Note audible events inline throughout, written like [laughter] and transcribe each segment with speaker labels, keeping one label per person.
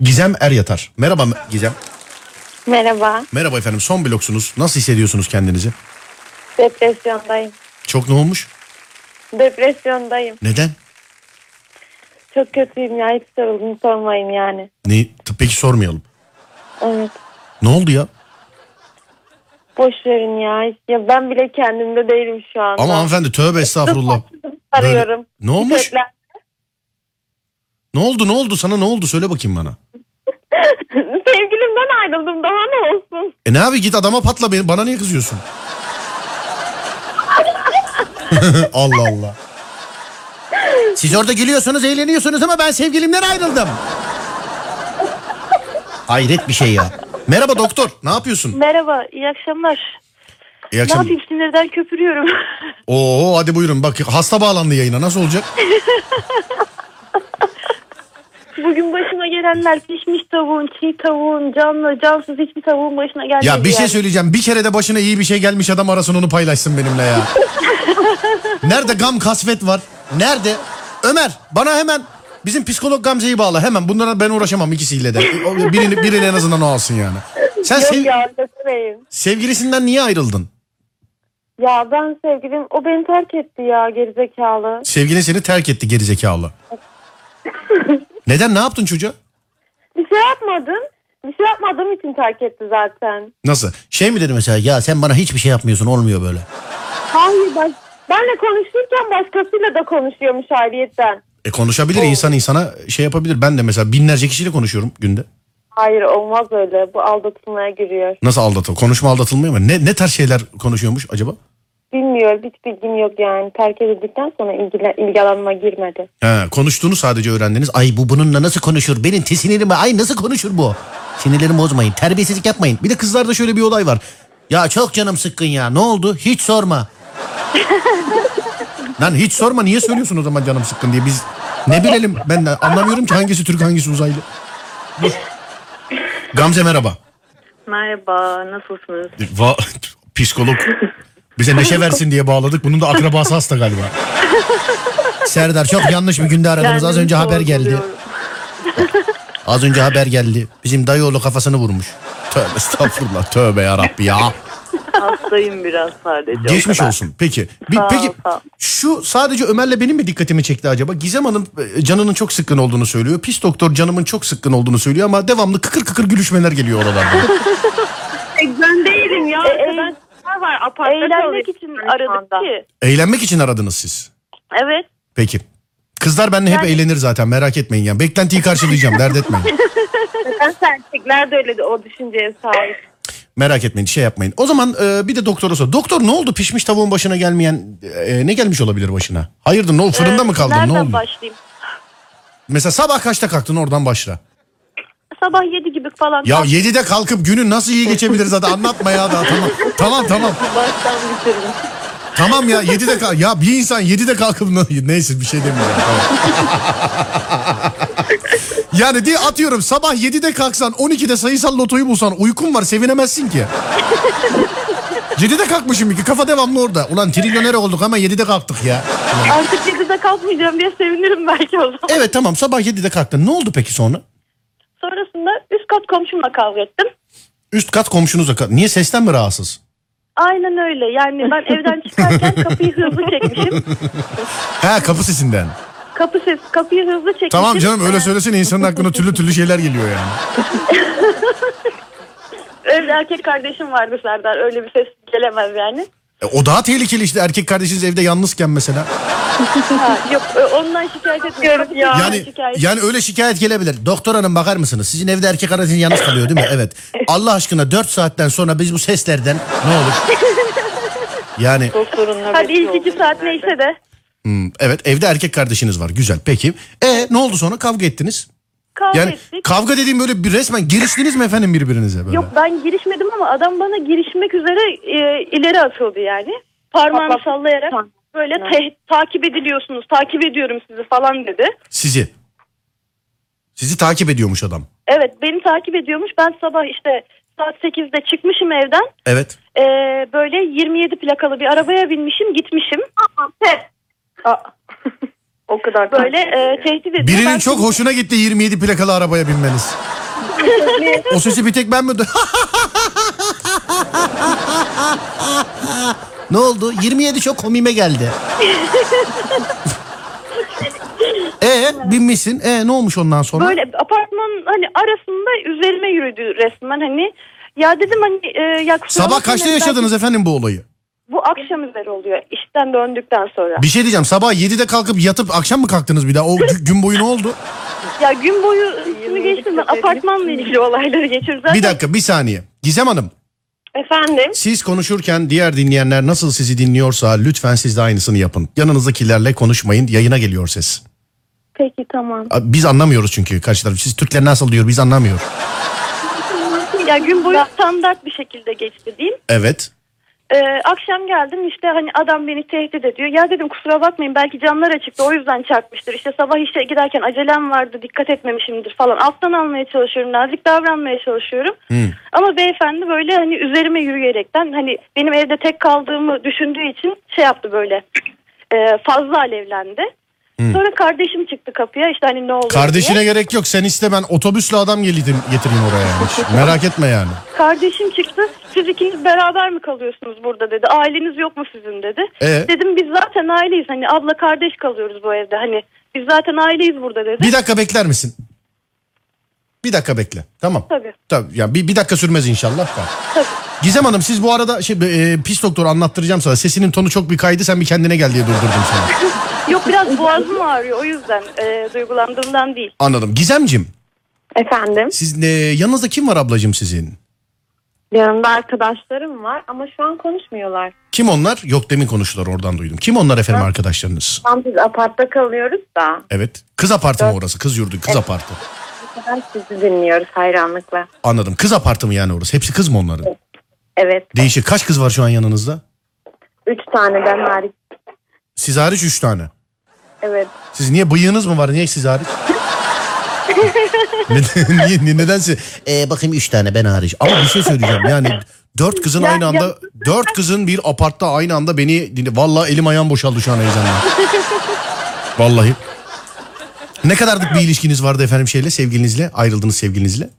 Speaker 1: Gizem Er Yatar. Merhaba Me- Gizem.
Speaker 2: Merhaba.
Speaker 1: Merhaba efendim son bloksunuz. Nasıl hissediyorsunuz kendinizi?
Speaker 2: Depresyondayım.
Speaker 1: Çok ne olmuş?
Speaker 2: Depresyondayım.
Speaker 1: Neden?
Speaker 2: Çok kötüyüm ya. Hiç sorulduğunu sormayın yani.
Speaker 1: Ne? Peki sormayalım.
Speaker 2: Evet.
Speaker 1: Ne oldu ya?
Speaker 2: Boş verin ya. ya. Ben bile kendimde değilim şu anda.
Speaker 1: Ama hanımefendi tövbe estağfurullah.
Speaker 2: Arıyorum.
Speaker 1: Ne olmuş?
Speaker 2: Şikayetler-
Speaker 1: Ne oldu ne oldu sana ne oldu söyle bakayım bana.
Speaker 2: [laughs] Sevgilimden ayrıldım. Daha ne olsun?
Speaker 1: E ne abi git adama patla beni bana niye kızıyorsun? [laughs] Allah Allah. Siz orada gülüyorsunuz eğleniyorsunuz ama ben sevgilimden ayrıldım. Hayret bir şey ya. Merhaba doktor ne yapıyorsun?
Speaker 2: Merhaba. iyi akşamlar.
Speaker 1: İyi
Speaker 2: Ne
Speaker 1: akşamlar.
Speaker 2: yapayım sinirden köpürüyorum. [laughs]
Speaker 1: Oo hadi buyurun bak hasta bağlandı yayına nasıl olacak?
Speaker 2: Bugün başıma gelenler pişmiş tavuğun, çiğ tavuğun, canlı, cansız hiçbir tavuğun başına gelmedi.
Speaker 1: Ya bir şey
Speaker 2: yani.
Speaker 1: söyleyeceğim. Bir kere de başına iyi bir şey gelmiş adam arasın onu paylaşsın benimle
Speaker 2: [laughs]
Speaker 1: ya. Nerede gam kasvet var? Nerede? Ömer bana hemen bizim psikolog Gamze'yi bağla hemen. Bunlara ben uğraşamam ikisiyle de. O- Birini, birini en azından o alsın yani. Sen
Speaker 2: Yok
Speaker 1: sev-
Speaker 2: ya kötüyüm.
Speaker 1: sevgilisinden niye ayrıldın?
Speaker 2: Ya ben sevgilim o beni terk etti ya gerizekalı.
Speaker 1: Sevgilin seni terk etti
Speaker 2: [laughs]
Speaker 1: gerizekalı. Neden? Ne yaptın çocuğa?
Speaker 2: Bir şey yapmadım. Bir şey yapmadığım için terk etti zaten.
Speaker 1: Nasıl? Şey mi dedi mesela ya sen bana hiçbir şey yapmıyorsun olmuyor böyle.
Speaker 2: Hayır ben benle konuşurken başkasıyla da konuşuyormuş ayrıyetten.
Speaker 1: E konuşabilir insan insana şey yapabilir. Ben de mesela binlerce kişiyle konuşuyorum günde.
Speaker 2: Hayır olmaz öyle. Bu aldatılmaya giriyor.
Speaker 1: Nasıl aldatıl? Konuşma aldatılmıyor mu? Ne, ne tarz şeyler konuşuyormuş acaba?
Speaker 2: Bilmiyorum. Hiç bilgim yok yani. Terk edildikten sonra ilgilen, ilgi alanıma girmedi.
Speaker 1: He, konuştuğunu sadece öğrendiniz. Ay bu bununla nasıl konuşur? Benim te sinirime ay nasıl konuşur bu? Sinirlerimi bozmayın. Terbiyesizlik yapmayın. Bir de kızlarda şöyle bir olay var. Ya çok canım sıkkın ya. Ne oldu? Hiç sorma. Lan hiç sorma. Niye söylüyorsun o zaman canım sıkkın diye? Biz ne bilelim? Ben de anlamıyorum ki hangisi Türk hangisi uzaylı. Dur. Gamze merhaba.
Speaker 3: Merhaba, nasılsınız?
Speaker 1: Va psikolog bize neşe versin diye bağladık. Bunun da akrabası hasta galiba. Serdar çok yanlış bir günde aradınız. Az
Speaker 3: Kendimi
Speaker 1: önce haber geldi.
Speaker 3: sorguluyorum.
Speaker 1: Az önce haber geldi. Bizim dayıoğlu kafasını vurmuş. Tövbe estağfurullah. Tövbe ya Rabbi ya.
Speaker 3: Hastayım biraz sadece. o
Speaker 1: Geçmiş
Speaker 3: kadar.
Speaker 1: olsun. Peki. Bir,
Speaker 3: Sağ ol,
Speaker 1: peki
Speaker 3: sağ ol.
Speaker 1: şu sadece Ömer'le benim mi dikkatimi çekti acaba? Gizem Hanım e, canının çok sıkkın olduğunu söylüyor. Pis doktor canımın çok sıkkın olduğunu söylüyor ama devamlı kıkır kıkır gülüşmeler geliyor oralardan.
Speaker 3: [laughs] Ben değilim ya.
Speaker 2: E,
Speaker 3: Arkadaşlar var. Apartta
Speaker 2: Eğlenmek
Speaker 3: kalıyoruz
Speaker 2: için
Speaker 3: şu
Speaker 2: aradık
Speaker 3: anda.
Speaker 2: ki.
Speaker 1: Eğlenmek için aradınız siz.
Speaker 3: Evet.
Speaker 1: Peki. Kızlar benimle hep eğlenir zaten merak etmeyin ya. Beklentiyi karşılayacağım dert etmeyin.
Speaker 2: Nedense erkekler de öyle de o düşünceye sahip.
Speaker 1: Merak etmeyin şey yapmayın. O zaman e, bir de doktora sor. Doktor ne oldu pişmiş tavuğun başına gelmeyen e, ne gelmiş olabilir başına? Hayırdır ne oldu fırında mı kaldın ne
Speaker 2: Nereden
Speaker 1: oldu?
Speaker 2: başlayayım?
Speaker 1: Mesela sabah kaçta kalktın oradan başla.
Speaker 2: Sabah 7 gibi falan.
Speaker 1: Ya 7'de kalkıp günün nasıl iyi geçebilir zaten anlatma ya daha tamam. Tamam tamam.
Speaker 3: Baştan bitirdim.
Speaker 1: Tamam ya 7'de kalk. Ya bir insan 7'de kalkıp neyse bir şey demiyorum. Tamam. [laughs] yani diye atıyorum sabah 7'de kalksan 12'de sayısal lotoyu bulsan uykun var sevinemezsin ki. [laughs] 7'de kalkmışım ki kafa devamlı orada. Ulan trilyoner olduk ama 7'de kalktık ya.
Speaker 2: Artık 7'de kalkmayacağım diye sevinirim belki o zaman.
Speaker 1: Evet tamam sabah 7'de kalktın. Ne oldu peki sonra?
Speaker 2: Sonrasında üst kat komşumla kavga ettim.
Speaker 1: Üst kat komşunuza ka- Niye sesten mi rahatsız?
Speaker 2: Aynen öyle.
Speaker 1: [laughs]
Speaker 2: Yani ben evden çıkarken kapıyı hızlı çekmişim.
Speaker 1: Ha kapı sesinden.
Speaker 2: Kapı ses, kapıyı hızlı çekmişim.
Speaker 1: Tamam canım öyle söylesene insanın aklına türlü türlü şeyler geliyor yani.
Speaker 2: Öyle erkek kardeşim vardı Serdar. Öyle bir ses gelemez yani.
Speaker 1: E, o daha tehlikeli işte erkek kardeşiniz evde yalnızken mesela.
Speaker 2: Ha, yok ö- ondan şikayet etmiyorum. Ya.
Speaker 1: Yani yani öyle şikayet gelebilir. Doktor hanım bakar mısınız? Sizin evde erkek aracınız yalnız kalıyor
Speaker 2: [laughs]
Speaker 1: değil mi? Evet. Allah aşkına 4 saatten sonra biz bu seslerden ne
Speaker 2: [laughs]
Speaker 1: olur? Yani
Speaker 3: Doktorunla
Speaker 2: Hadi ilk iki
Speaker 3: iki
Speaker 2: saat neyse de
Speaker 1: hmm, evet evde erkek kardeşiniz var. Güzel. Peki. E ne oldu sonra? Kavga ettiniz.
Speaker 2: kavga
Speaker 1: Yani
Speaker 2: ettik.
Speaker 1: kavga dediğim böyle bir resmen giriştiniz mi efendim birbirinize böyle?
Speaker 2: Yok ben girişmedim ama adam bana girişmek üzere e, ileri atıldı yani. Parmağını
Speaker 3: Bak, bak.
Speaker 2: sallayarak
Speaker 3: Tamam.
Speaker 2: böyle te- takip ediliyorsunuz, takip ediyorum sizi falan dedi.
Speaker 1: Sizi. Sizi takip ediyormuş adam.
Speaker 2: Evet beni takip ediyormuş. Ben sabah işte saat 8'de çıkmışım evden.
Speaker 1: Evet.
Speaker 2: Ee, böyle 27 plakalı bir arabaya binmişim gitmişim.
Speaker 3: O kadar.
Speaker 2: Böyle e, tehdit ediyor.
Speaker 1: Birinin
Speaker 2: Ben-
Speaker 1: çok hoşuna gitti 27 plakalı arabaya binmeniz. O sesi bir tek ben mi du- [laughs] ne oldu? 27 çok komime geldi. e binmişsin. E ne olmuş ondan sonra?
Speaker 2: Böyle apartmanın hani arasında üzerime yürüdü resmen hani. Ya dedim hani e, ya kusura
Speaker 1: Sabah
Speaker 2: bakma
Speaker 1: kaçta
Speaker 2: dedim,
Speaker 1: yaşadınız efendim bu olayı?
Speaker 2: Bu akşam üzeri oluyor işten döndükten sonra.
Speaker 1: Bir şey diyeceğim. Sabah 7'de kalkıp yatıp akşam mı kalktınız bir daha? O gü- gün boyu ne oldu?
Speaker 2: Ya gün boyu üstümü geçtim ben apartmanla ilgili olayları geçirdim. Zaten
Speaker 1: Bir dakika bir saniye. Gizem Hanım
Speaker 3: Efendim?
Speaker 1: siz konuşurken diğer dinleyenler nasıl sizi dinliyorsa lütfen siz de aynısını yapın. Yanınızdakilerle konuşmayın yayına geliyor ses.
Speaker 2: Peki tamam.
Speaker 1: Biz anlamıyoruz çünkü karşı taraf. Siz Türkler nasıl diyor biz anlamıyoruz.
Speaker 2: Ya gün boyu standart bir şekilde geçti diyeyim.
Speaker 1: Evet.
Speaker 2: Ee, akşam geldim işte hani adam beni tehdit ediyor. Ya dedim kusura bakmayın belki camlar açıktı o yüzden çarpmıştır. İşte sabah işe giderken acelem vardı dikkat etmemişimdir falan. Alttan almaya çalışıyorum nazik davranmaya çalışıyorum. Ama beyefendi böyle hani üzerime yürüyerekten hani benim evde tek kaldığımı düşündüğü için şey yaptı böyle e, fazla alevlendi. Sonra kardeşim çıktı kapıya işte hani ne olur diye.
Speaker 1: Kardeşine gerek yok. Sen iste ben otobüsle adam geleyim, getireyim oraya. yani. Hiç Merak etme yani.
Speaker 2: Kardeşim çıktı. Siz ikiniz beraber mi kalıyorsunuz burada dedi. Aileniz yok mu sizin dedi.
Speaker 1: Ee?
Speaker 2: Dedim biz zaten aileyiz. Hani abla kardeş kalıyoruz bu evde. Hani biz zaten aileyiz burada dedi.
Speaker 1: Bir dakika bekler misin? Bir dakika bekle. Tamam.
Speaker 2: Tabii.
Speaker 1: Tabii. Ya bir, bir dakika sürmez inşallah. Tamam. Gizem Hanım siz bu arada şey e, pis doktor anlattıracağım sana. Sesinin tonu çok bir kaydı. Sen bir kendine gel diye durdurdum seni.
Speaker 2: Yok biraz boğazım ağrıyor o yüzden e, duygulandığımdan değil.
Speaker 1: Anladım. Gizemcim
Speaker 3: Efendim?
Speaker 1: siz e, yanınızda kim var ablacığım sizin?
Speaker 3: Yanımda arkadaşlarım var ama şu an konuşmuyorlar.
Speaker 1: Kim onlar? Yok demin konuştular oradan duydum. Kim onlar efendim arkadaşlarınız?
Speaker 3: Tam biz apartta kalıyoruz da.
Speaker 1: Evet. Kız apartı mı orası? Kız yurdu, kız apartı.
Speaker 3: Ben sizi dinliyoruz hayranlıkla.
Speaker 1: Anladım. Kız apartı mı yani orası? Hepsi kız mı onların?
Speaker 3: Evet.
Speaker 1: Değişik. Kaç kız var şu an yanınızda?
Speaker 3: Üç tane ben hariç.
Speaker 1: Siz hariç 3 tane.
Speaker 3: Evet.
Speaker 1: Siz niye bıyığınız mı var? Niye siz hariç? neden, [laughs] niye, niye- nedense Ee, bakayım 3 tane ben hariç. Ama bir şey söyleyeceğim yani dört kızın aynı anda dört kızın bir apartta aynı anda beni dinle- vallahi elim ayağım boşaldı şu an heyecandan. Vallahi. Ne kadarlık bir ilişkiniz vardı efendim şeyle sevgilinizle ayrıldınız sevgilinizle?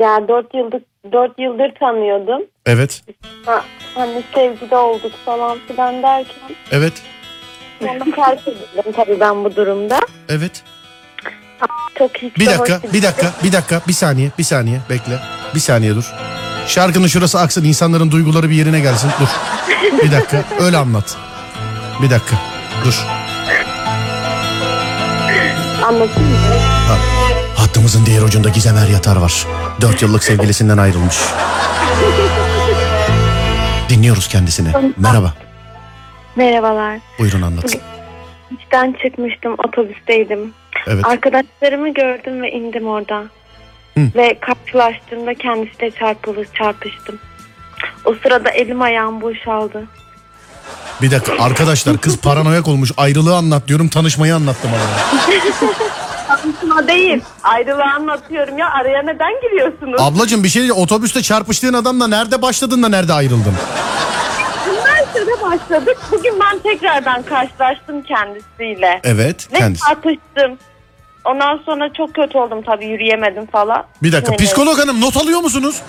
Speaker 3: Ya dört yıldır, dört yıldır tanıyordum.
Speaker 1: Evet.
Speaker 3: Ha, hani sevgili olduk falan filan derken
Speaker 1: Evet.
Speaker 3: sonra terk edildim tabii ben bu durumda.
Speaker 1: Evet.
Speaker 3: Çok hiç
Speaker 1: Bir
Speaker 3: de
Speaker 1: dakika,
Speaker 3: hoş değil.
Speaker 1: bir dakika, bir dakika, bir saniye, bir saniye bekle. Bir saniye dur. Şarkının şurası aksın, insanların duyguları bir yerine gelsin. Dur. Bir dakika, öyle anlat. Bir dakika, dur.
Speaker 3: Anlatayım mı?
Speaker 1: Hattımızın diğer ucunda Gizem Er Yatar var. Dört yıllık sevgilisinden ayrılmış. Dinliyoruz kendisini. Merhaba,
Speaker 4: Merhabalar.
Speaker 1: buyurun anlat.
Speaker 4: İşten çıkmıştım, otobüsteydim.
Speaker 1: Evet.
Speaker 4: Arkadaşlarımı gördüm ve indim orada. Ve karşılaştığımda kendisiyle çarpılır, çarpıştım. O sırada elim ayağım boşaldı.
Speaker 1: Bir dakika, arkadaşlar kız paranoyak olmuş. Ayrılığı anlat diyorum, tanışmayı anlattım bana.
Speaker 3: Ama değil. Ayrılığı anlatıyorum ya. Araya neden giriyorsunuz?
Speaker 1: Ablacığım bir şey diyeceğim. Otobüste çarpıştığın adamla nerede başladın da nerede ayrıldın?
Speaker 3: Üniversitede başladık. Bugün ben tekrardan karşılaştım kendisiyle.
Speaker 1: Evet,
Speaker 3: Ve
Speaker 1: kendisi.
Speaker 3: tartıştım. Ondan sonra çok kötü oldum tabii yürüyemedim falan.
Speaker 1: Bir dakika
Speaker 3: Yani
Speaker 1: psikolog hanım not alıyor musunuz?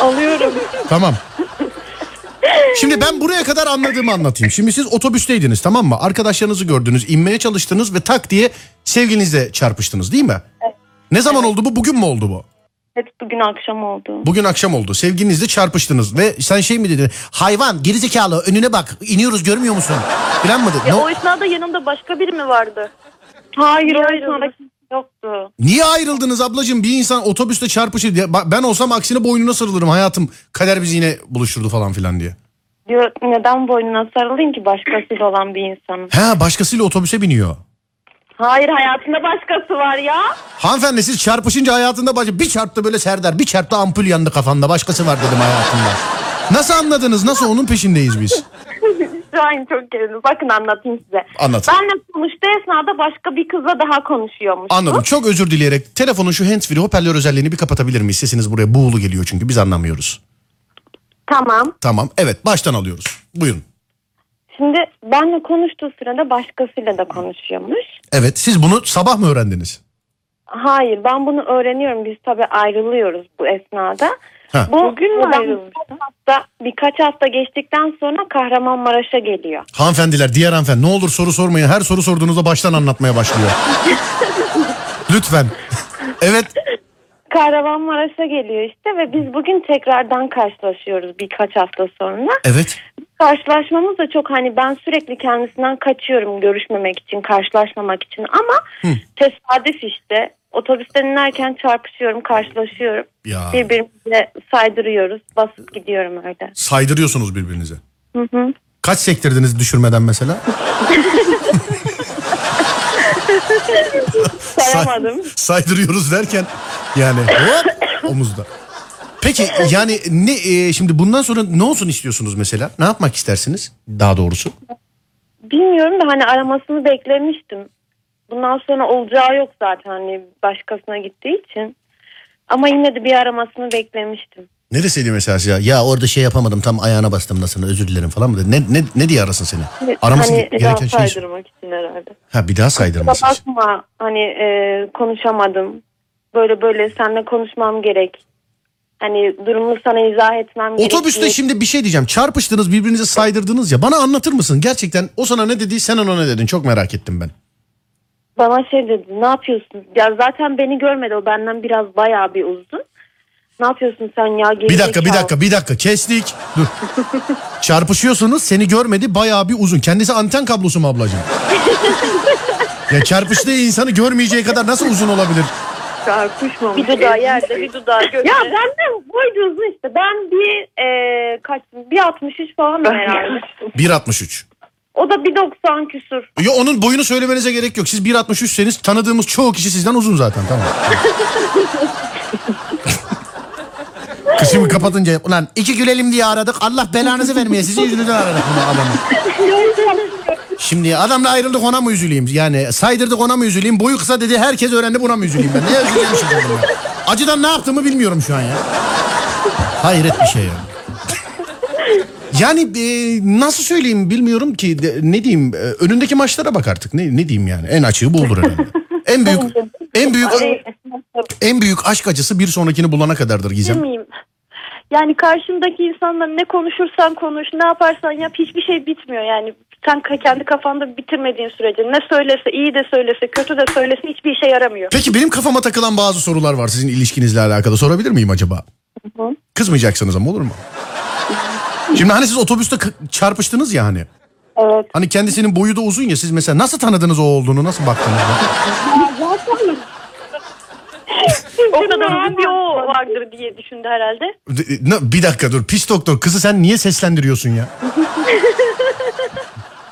Speaker 3: Alıyorum.
Speaker 1: Tamam. Şimdi ben buraya kadar anladığımı anlatayım. Şimdi siz otobüsteydiniz tamam mı? Arkadaşlarınızı gördünüz, inmeye çalıştınız ve tak diye sevgilinizle çarpıştınız değil mi? Ne zaman oldu bu? Bugün mü oldu bu?
Speaker 4: Evet bugün akşam oldu.
Speaker 1: Bugün akşam oldu. Sevgilinizle çarpıştınız ve sen şey mi dedin? Hayvan gerizekalı önüne bak iniyoruz görmüyor musun? Bilen mi dedin?
Speaker 2: Ya
Speaker 1: Ne-
Speaker 2: o esnada yanımda başka biri mi vardı?
Speaker 4: Hayır
Speaker 2: Niye
Speaker 4: öyle sonra
Speaker 2: ayrıldınız?
Speaker 4: kimse yoktu.
Speaker 1: Niye ayrıldınız ablacığım? Bir insan otobüste çarpışır diye. Bak Ben olsam aksine boynuna sarılırım hayatım. Kader bizi yine buluşturdu falan filan diye.
Speaker 4: Diyor neden boynuna sarılayım ki başkasıyla olan bir
Speaker 3: [laughs]
Speaker 4: insanın.
Speaker 1: Ha başkasıyla otobüse biniyor.
Speaker 3: Hayır hayatında başkası var ya.
Speaker 1: Hanımefendi siz çarpışınca hayatında başka bir çarptı böyle Serdar bir çarptı ampul yandı kafanda başkası var dedim hayatında. Nasıl anladınız? Nasıl onun peşindeyiz biz?
Speaker 3: Şahin çok gerildim. Bakın anlatayım size.
Speaker 1: Anlat.
Speaker 3: Benle konuştuğu esnada başka bir kızla daha konuşuyormuş.
Speaker 1: Anladım. Çok özür dileyerek telefonun şu handsfree hoparlör özelliğini bir kapatabilir miyiz? Sesiniz buraya buğulu geliyor çünkü biz anlamıyoruz.
Speaker 3: Tamam.
Speaker 1: Tamam. Evet baştan alıyoruz. Buyurun.
Speaker 4: Şimdi benle konuştuğu sırada başkasıyla da konuşuyormuş.
Speaker 1: Evet siz bunu sabah mı öğrendiniz?
Speaker 4: Hayır ben bunu öğreniyorum. Biz tabii ayrılıyoruz bu esnada.
Speaker 1: Ha.
Speaker 4: Bu
Speaker 3: Bugün mü
Speaker 4: buradan
Speaker 3: ayrılmışlar?
Speaker 4: birkaç hafta, birkaç hafta geçtikten sonra Kahramanmaraş'a geliyor.
Speaker 1: Hanımefendiler diğer hanımefendi ne olur soru sormayın. Her soru sorduğunuzda baştan anlatmaya başlıyor. [laughs] Lütfen. evet
Speaker 4: Kahramanmaraş'a geliyor işte ve biz bugün tekrardan karşılaşıyoruz birkaç hafta sonra.
Speaker 1: evet.
Speaker 4: Karşılaşmamız da çok hani ben sürekli kendisinden kaçıyorum görüşmemek için, karşılaşmamak için ama tesadüf işte. Otobüsten inerken çarpışıyorum, karşılaşıyorum.
Speaker 1: Ya.
Speaker 4: Birbirimize saydırıyoruz, basıp gidiyorum öyle.
Speaker 1: Saydırıyorsunuz birbirinize. Kaç sektirdiniz düşürmeden mesela? Say-
Speaker 4: Sayamadım.
Speaker 1: saydırıyoruz derken yani hop omuzda. Peki yani ne e, şimdi bundan sonra ne olsun istiyorsunuz mesela? Ne yapmak istersiniz daha doğrusu?
Speaker 4: Bilmiyorum da hani aramasını beklemiştim. Bundan sonra olacağı yok zaten hani başkasına gittiği için. Ama yine de bir aramasını beklemiştim.
Speaker 1: Neresiydi mesela ya? Ya orada şey yapamadım tam ayağına bastım nasıl özür dilerim falan mı? dedi? Ne, ne, ne diye arasın seni? Araması
Speaker 4: hani
Speaker 1: gereken şey.
Speaker 3: Saydırmak için herhalde.
Speaker 1: Ha bir daha saydırmasın.
Speaker 4: Bakma hani e, konuşamadım. Böyle böyle seninle konuşmam gerek. Hani durumu sana izah etmem gerek.
Speaker 1: Otobüste şimdi bir şey diyeceğim. Çarpıştınız birbirinize saydırdınız ya. Bana anlatır mısın? Gerçekten o sana ne dedi sen ona ne dedin? Çok merak ettim ben.
Speaker 4: Bana şey dedi ne yapıyorsun? Ya zaten beni görmedi o benden biraz bayağı bir uzun. Ne yapıyorsun sen ya? Geri
Speaker 1: Bir dakika bir
Speaker 4: zekalı.
Speaker 1: dakika bir dakika kestik. Dur. Çarpışıyorsunuz seni görmedi bayağı bir uzun. Kendisi anten kablosu mu ablacığım? ya çarpıştığı insanı görmeyeceği kadar nasıl uzun olabilir?
Speaker 3: Çarpışmamış.
Speaker 4: Bir dudağı yerde,
Speaker 3: bir dudağı gökte.
Speaker 4: Ya benden boydu uzun işte. Ben bir e, kaç bir 63 falan herhalde.
Speaker 1: 1.63.
Speaker 4: O da bir 90 küsur.
Speaker 1: Ya onun boyunu söylemenize gerek yok. Siz 1.63'seniz tanıdığımız çoğu kişi sizden uzun zaten tamam. Kışımı kapatınca ulan iki gülelim diye aradık. Allah belanızı vermeye sizin yüzünüzden aradık bunu adamı. Şimdi adamla ayrıldık ona mı üzüleyim? Yani saydırdık ona mı üzüleyim? Boyu kısa dedi herkes öğrendi buna mı üzüleyim ben? Neye üzüleceğim şimdi bundan? Acıdan ne yaptığımı bilmiyorum şu an ya. Hayret bir şey yani. Yani e, nasıl söyleyeyim bilmiyorum ki De- ne diyeyim e, önündeki maçlara bak artık ne ne diyeyim yani en açığı bu olur herhalde. En büyük en büyük en büyük aşk acısı bir sonrakini bulana kadardır Gizem.
Speaker 2: miyim? Yani karşımdaki insanla ne konuşursan konuş, ne yaparsan yap hiçbir şey bitmiyor yani. Sen ka- kendi kafanda bitirmediğin sürece ne söylese, iyi de söylese, kötü de söylese hiçbir işe yaramıyor.
Speaker 1: Peki benim kafama takılan bazı sorular var sizin ilişkinizle alakalı sorabilir miyim acaba? Kızmayacaksınız ama olur mu? Şimdi hani siz otobüste kı- çarpıştınız ya hani.
Speaker 4: Evet.
Speaker 1: Hani kendisinin boyu da uzun ya siz mesela nasıl tanıdınız o olduğunu nasıl baktınız?
Speaker 2: Orada da bir o vardır diye düşündü herhalde.
Speaker 1: D- e, ne- Bir dakika dur pis doktor kızı sen niye seslendiriyorsun ya?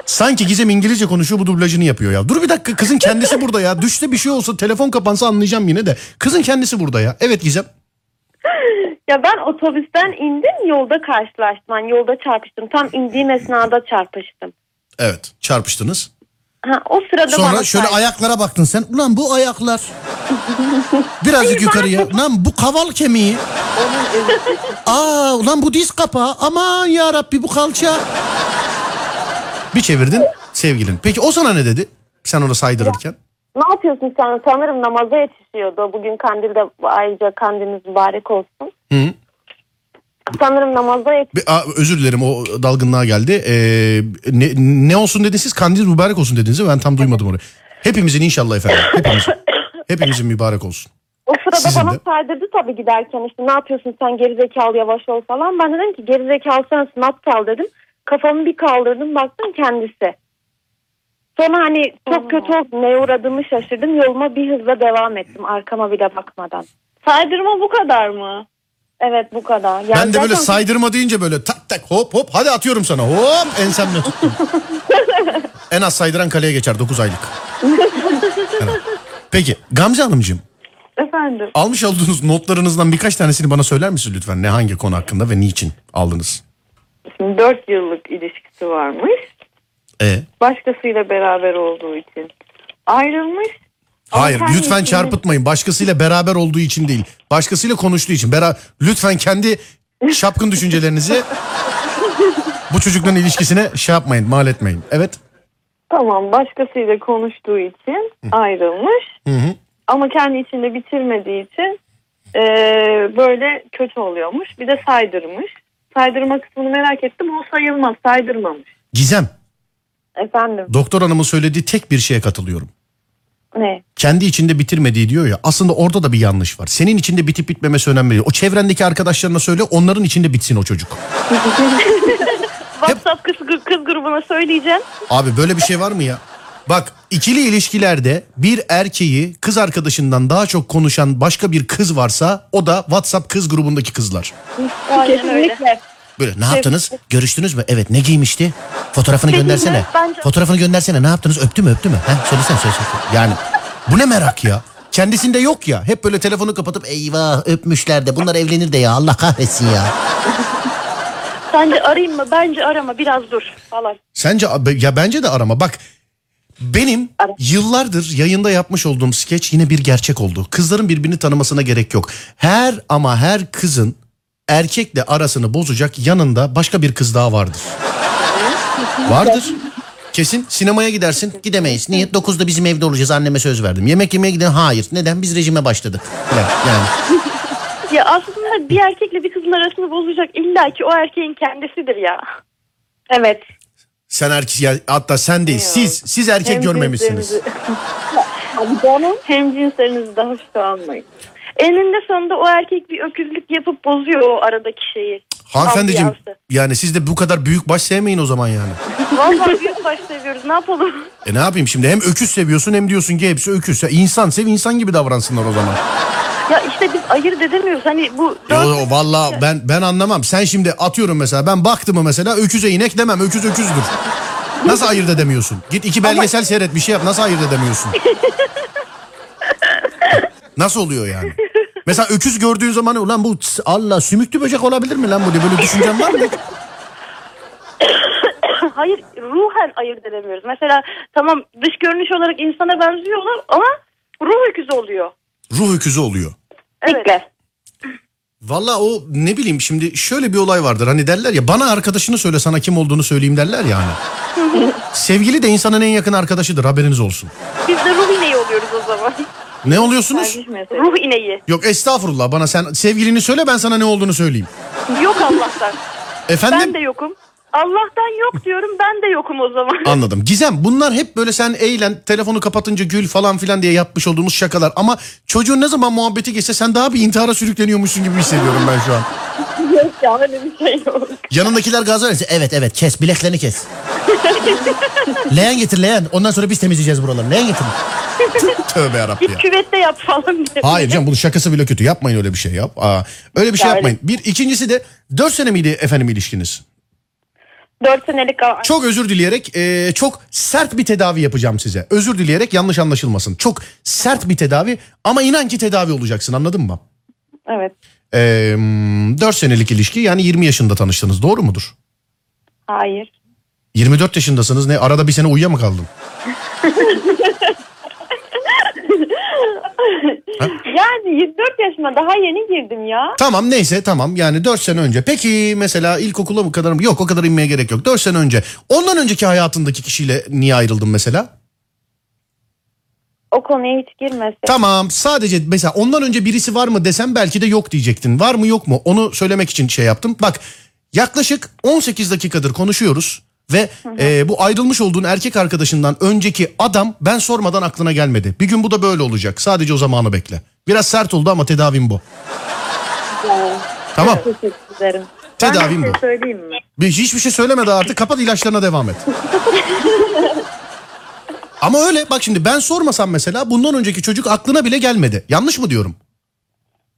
Speaker 1: Sanki Gizem İngilizce konuşuyor bu dublajını yapıyor ya. Dur bir dakika kızın kendisi burada ya. Düşse bir şey olsa telefon kapansa anlayacağım yine de. Kızın kendisi burada ya. Evet Gizem.
Speaker 4: Ya ben otobüsten indim yolda karşılaştım. Hani yolda çarpıştım. Tam indiğim esnada çarpıştım.
Speaker 1: Evet çarpıştınız.
Speaker 4: Ha, o sırada
Speaker 1: Sonra
Speaker 4: bana
Speaker 1: şöyle
Speaker 4: saygı-
Speaker 1: ayaklara baktın sen. Ulan bu ayaklar. Birazcık yukarıya. Lan bu kaval kemiği. Aa ulan bu diz kapağı. Aman ya Rabbi bu kalça. Bir çevirdin sevgilin. Peki o sana ne dedi? Sen onu saydırırken.
Speaker 4: Ne yapıyorsun sen? Sanırım namaza yetişiyordu. Bugün kandil de ayrıca kandiliniz mübarek olsun.
Speaker 1: Hı.
Speaker 4: Sanırım namaza yetiş.
Speaker 1: Bir- aa, özür dilerim o dalgınlığa geldi. Ee, ne, ne olsun dediniz siz kandil mübarek olsun dediniz değil mi? Ben tam duymadım onu. Hepimizin inşallah efendim. Hepimizin. Hepimizin mübarek olsun.
Speaker 4: O sırada
Speaker 1: Sizin
Speaker 4: bana
Speaker 1: de.
Speaker 4: saydırdı tabii giderken işte ne yapıyorsun sen gerizekalı yavaş ol falan. Ben dedim ki gerizekalı sensin aptal dedim. Kafamı bir kaldırdım baktım kendisi. Sonra hani çok kötü oldum neye uğradığımı şaşırdım. Yoluma bir hızla devam ettim arkama bile bakmadan.
Speaker 2: Saydırma bu kadar mı?
Speaker 4: Evet bu kadar. Yani
Speaker 1: Ben de böyle
Speaker 4: zaten-
Speaker 1: saydırma deyince böyle tak tak hop hop hadi atıyorum sana hop ensemle tuttum. en az saydıran kaleye geçer 9 aylık. Evet. Peki Gamze Hanımcığım
Speaker 3: Efendim.
Speaker 1: almış olduğunuz notlarınızdan birkaç tanesini bana söyler misiniz lütfen? Ne hangi konu hakkında ve niçin aldınız?
Speaker 3: Şimdi 4 yıllık ilişkisi varmış.
Speaker 1: E
Speaker 3: Başkasıyla beraber olduğu için. Ayrılmış. Ama
Speaker 1: Hayır
Speaker 3: kendi
Speaker 1: lütfen
Speaker 3: içinde-
Speaker 1: çarpıtmayın. Başkasıyla beraber olduğu için değil. Başkasıyla konuştuğu için. Bera- lütfen kendi şapkın düşüncelerinizi bu çocukların ilişkisine şey yapmayın, mal etmeyin. Evet.
Speaker 3: Tamam başkasıyla konuştuğu için ayrılmış.
Speaker 1: Hı hı.
Speaker 2: Ama kendi içinde bitirmediği için e, böyle kötü oluyormuş. Bir de saydırmış. Saydırma kısmını merak ettim. O sayılmaz. Saydırmamış.
Speaker 1: Gizem,
Speaker 4: Efendim
Speaker 1: doktor hanımın söylediği tek bir şeye katılıyorum.
Speaker 4: ne?
Speaker 1: Kendi içinde bitirmediği diyor ya aslında orada da bir yanlış var. Senin içinde bitip bitmemesi önemli değil. O çevrendeki arkadaşlarına söyle onların içinde bitsin o çocuk.
Speaker 2: [laughs] WhatsApp kız, kız grubuna söyleyeceğim.
Speaker 1: Abi böyle bir şey var mı ya? Bak ikili ilişkilerde bir erkeği kız arkadaşından daha çok konuşan başka bir kız varsa o da WhatsApp kız grubundaki kızlar.
Speaker 4: Kesinlikle.
Speaker 1: Böyle ne yaptınız? Görüştünüz mü? Evet ne giymişti? Fotoğrafını göndersene.
Speaker 2: bence-
Speaker 1: Fotoğrafını göndersene. Ne yaptınız? Öptü mü öptü mü? He? Söylesene söyle, söyle. Yani bu ne merak ya? Kendisinde yok ya. Hep böyle telefonu kapatıp eyvah öpmüşler de bunlar evlenir de ya Allah kahretsin ya.
Speaker 2: Sence arayayım mı? Bence arama. Biraz dur falan.
Speaker 1: Sence ya bence de arama bak benim yıllardır yayında yapmış olduğum skeç yine bir gerçek oldu. Kızların birbirini tanımasına gerek yok. Her ama her kızın erkekle arasını bozacak yanında başka bir kız daha vardır. Vardır. Kesin sinemaya gidersin gidemeyiz. Niye? 9'da bizim evde olacağız anneme söz verdim. Yemek yemeye giden hayır. Neden? Biz rejime başladık. Falan. Yani.
Speaker 2: Ya aslında bir erkekle bir kızın arasını bozacak illaki o erkeğin kendisidir ya.
Speaker 4: Evet.
Speaker 1: Sen erkek ya hatta sen değil siz siz erkek görmemişsiniz.
Speaker 2: Hem cinslerinizi daha hoş almayın. Eninde sonunda o erkek bir öküzlük yapıp bozuyor o aradaki şeyi.
Speaker 1: Hanımefendiciğim
Speaker 2: Ambiyansı.
Speaker 1: yani siz de bu kadar büyük baş sevmeyin o zaman yani.
Speaker 2: Vallahi büyük baş seviyoruz ne yapalım?
Speaker 1: E ne yapayım şimdi hem öküz seviyorsun hem diyorsun ki hepsi öküz. Ya insan sev insan gibi davransınlar o zaman.
Speaker 2: Ya işte biz ayırt edemiyoruz hani bu
Speaker 1: Ya
Speaker 2: dört
Speaker 1: o- valla ben ben anlamam. Sen şimdi atıyorum mesela ben baktım mı mesela öküze inek demem öküz öküzdür. Nasıl ayırt edemiyorsun? Git iki belgesel seyret bir şey yap nasıl ayırt edemiyorsun? nasıl oluyor yani? Mesela öküz gördüğün zaman ulan bu s- Allah sümüklü böcek olabilir mi lan bu diye böyle düşüncen var mı?
Speaker 2: hayır ruhen ayırt edemiyoruz. Mesela tamam dış görünüş olarak insana benziyorlar ama ruh öküzü oluyor.
Speaker 1: Ruh öküzü oluyor.
Speaker 2: Evet.
Speaker 1: Valla o ne bileyim şimdi şöyle bir olay vardır hani derler ya bana arkadaşını söyle sana kim olduğunu söyleyeyim derler ya hani.
Speaker 2: [laughs]
Speaker 1: Sevgili de insanın en yakın arkadaşıdır haberiniz olsun.
Speaker 2: Biz de ruh ineği oluyoruz o zaman. [laughs]
Speaker 1: Ne oluyorsunuz?
Speaker 2: Ruh ineği.
Speaker 1: Yok estağfurullah bana sen sevgilini söyle ben sana ne olduğunu söyleyeyim.
Speaker 2: Yok Allah'tan.
Speaker 1: Efendim?
Speaker 2: Ben de yokum. Allah'tan yok diyorum ben de yokum o zaman. [laughs]
Speaker 1: Anladım. Gizem bunlar hep böyle sen eğlen telefonu kapatınca gül falan filan diye yapmış olduğumuz şakalar ama çocuğun ne zaman muhabbeti geçse sen daha bir intihara sürükleniyormuşsun gibi hissediyorum ben şu an.
Speaker 4: [laughs] Yok ya öyle bir şey yok.
Speaker 1: Yanındakiler gaza verirse evet evet kes bileklerini
Speaker 4: [laughs]
Speaker 1: kes. leğen getir leğen ondan sonra biz temizleyeceğiz buraları leğen
Speaker 4: [laughs]
Speaker 1: getir. Tövbe yarabbim ya.
Speaker 2: Git küvette yap falan diye.
Speaker 1: Hayır canım bunun şakası bile kötü yapmayın öyle bir şey yap. Aa, öyle bir şey yapmayın. Bir ikincisi de 4 sene miydi efendim ilişkiniz?
Speaker 4: 4 senelik a-
Speaker 1: Çok özür dileyerek e, çok sert bir tedavi yapacağım size. Özür dileyerek yanlış anlaşılmasın. Çok sert bir tedavi ama inan ki tedavi olacaksın anladın mı?
Speaker 4: Evet.
Speaker 1: E, 4 senelik ilişki yani 20 yaşında tanıştınız doğru mudur?
Speaker 4: Hayır.
Speaker 1: 24 yaşındasınız ne arada bir sene uyuya mı kaldım?
Speaker 4: Yani 24 yaşıma daha yeni girdim ya.
Speaker 1: Tamam neyse tamam yani 4 sene önce. Peki mesela ilkokula mı kadar mı? Yok o kadar inmeye gerek yok. 4 sene önce. Ondan önceki hayatındaki kişiyle niye ayrıldın mesela?
Speaker 4: O konuya hiç girmesin.
Speaker 1: Tamam sadece mesela ondan önce birisi var mı desem belki de yok diyecektin. Var mı yok mu onu söylemek için şey yaptım. Bak yaklaşık 18 dakikadır konuşuyoruz ve e, bu ayrılmış olduğun erkek arkadaşından önceki adam ben sormadan aklına gelmedi. Bir gün bu da böyle olacak sadece o zamanı bekle. Biraz sert oldu ama tedavim bu. Tamam
Speaker 4: Teşekkür ederim.
Speaker 1: tedavim bu.
Speaker 2: Söyleyeyim mi?
Speaker 1: Bir, hiçbir şey söyleme daha artık. Kapat ilaçlarına devam et. Ama öyle bak şimdi ben sormasam mesela bundan önceki çocuk aklına bile gelmedi. Yanlış mı diyorum?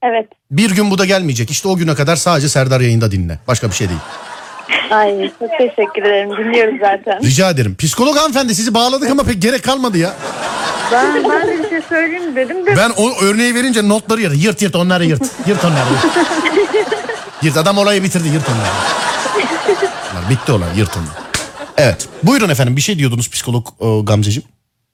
Speaker 4: Evet.
Speaker 1: Bir gün bu da gelmeyecek. İşte o güne kadar sadece Serdar yayında dinle. Başka bir şey değil.
Speaker 4: Ay çok teşekkür ederim. Dinliyoruz zaten.
Speaker 1: Rica ederim. Psikolog hanımefendi sizi bağladık ama pek gerek kalmadı ya.
Speaker 3: Ben, ben de bir şey söyleyeyim dedim de
Speaker 1: Ben o örneği verince notları yırt. Yırt yırt onları yırt. Yırt onları yırt. Yırt adam olayı bitirdi yırt onları. Bunlar bitti olay yırt onları. Evet. Buyurun efendim bir şey diyordunuz psikolog e, Gamzeciğim.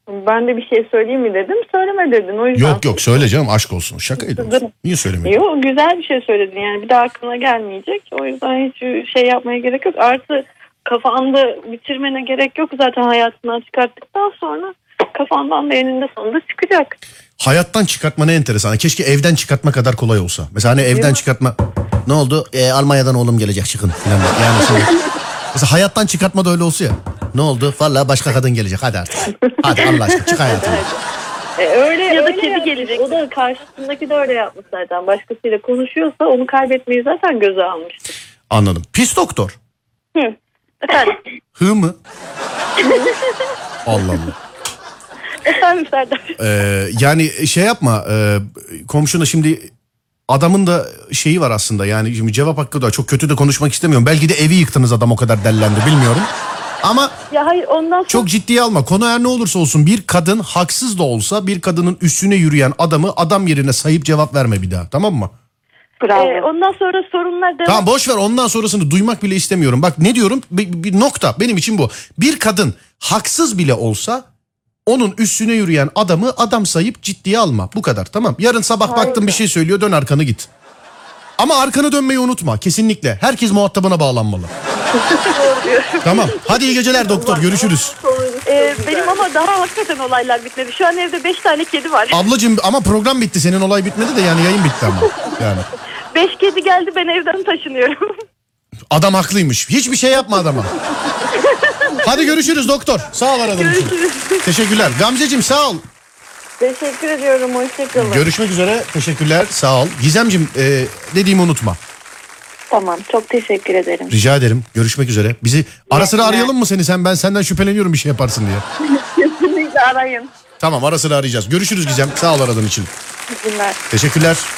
Speaker 3: ben de bir şey söyleyeyim mi dedim. Söyleme dedin o yüzden.
Speaker 1: Yok yok söyle canım aşk olsun. Şaka ediyorsun. Niye söylemiyorsun?
Speaker 3: Yok güzel bir şey söyledin yani bir daha aklına gelmeyecek. O yüzden hiç şey yapmaya gerek yok. Artı kafanda bitirmene gerek yok zaten hayatından çıkarttıktan sonra.
Speaker 2: Kafandan da eninde sonunda çıkacak.
Speaker 1: Hayattan çıkartma ne enteresan. Keşke evden çıkartma kadar kolay olsa. Mesela hani evden çıkartma ne oldu? E, Almanya'dan oğlum gelecek çıkın. falan. Yani şimdi.
Speaker 3: [laughs]
Speaker 1: Mesela hayattan çıkartma da öyle olsa ya. Ne oldu? Vallahi başka kadın gelecek. Hadi artık. Hadi Allah aşkına çık hayatına.
Speaker 3: öyle
Speaker 2: Ya da
Speaker 3: öyle
Speaker 2: kedi
Speaker 3: yapmış.
Speaker 2: gelecek.
Speaker 3: O da karşısındaki de öyle yapmış zaten. Başkasıyla konuşuyorsa onu kaybetmeyi zaten göze almıştır.
Speaker 1: Anladım. Pis doktor.
Speaker 2: Efendim,
Speaker 1: Hı mı? Allah Allah.
Speaker 2: efendim Serdar.
Speaker 1: Ee, yani şey yapma e, komşuna şimdi adamın da şeyi var aslında yani şimdi cevap hakkı da çok kötü de konuşmak istemiyorum. Belki de evi yıktınız adam o kadar dellendi bilmiyorum. Ama
Speaker 2: Ya hayır ondan sonra...
Speaker 1: çok ciddiye alma konu her ne olursa olsun bir kadın haksız da olsa bir kadının üstüne yürüyen adamı adam yerine sayıp cevap verme bir daha tamam mı?
Speaker 3: Bravo.
Speaker 2: Ee, ondan sonra sorunlar devam
Speaker 1: Tamam boş ver ondan sonrasını duymak bile istemiyorum. Bak ne diyorum bir, bir nokta benim için bu. Bir kadın haksız bile olsa onun üstüne yürüyen adamı adam sayıp ciddiye alma. Bu kadar tamam. Yarın sabah baktın bir şey söylüyor dön arkanı git. Ama arkanı dönmeyi unutma kesinlikle. Herkes muhatabına bağlanmalı. tamam hadi iyi geceler doktor görüşürüz.
Speaker 2: Ee, benim ama daha hakikaten olaylar bitmedi. Şu an evde 5 tane kedi var.
Speaker 1: Ablacığım ama program bitti senin olay bitmedi de yani yayın bitti ama. Yani
Speaker 2: 5 kedi geldi ben evden taşınıyorum.
Speaker 1: adam haklıymış. Hiçbir şey yapma adama. Hadi görüşürüz doktor. Sağ ol aradığın için. Teşekkürler. Gamzeciğim sağ ol.
Speaker 3: Teşekkür ediyorum. Hoşçakalın.
Speaker 1: Görüşmek üzere. Teşekkürler. Sağ ol. Gizemciğim e, dediğimi unutma.
Speaker 3: tamam. Çok teşekkür ederim.
Speaker 1: Rica ederim. Görüşmek üzere. Bizi ara sıra arayalım mı seni? Sen ben senden şüpheleniyorum bir şey yaparsın diye.
Speaker 3: Kesinlikle arayın.
Speaker 1: Tamam ara sıra arayacağız. Görüşürüz Gizem. Sağ ol aradığın için.
Speaker 3: İyi günler.
Speaker 1: Teşekkürler.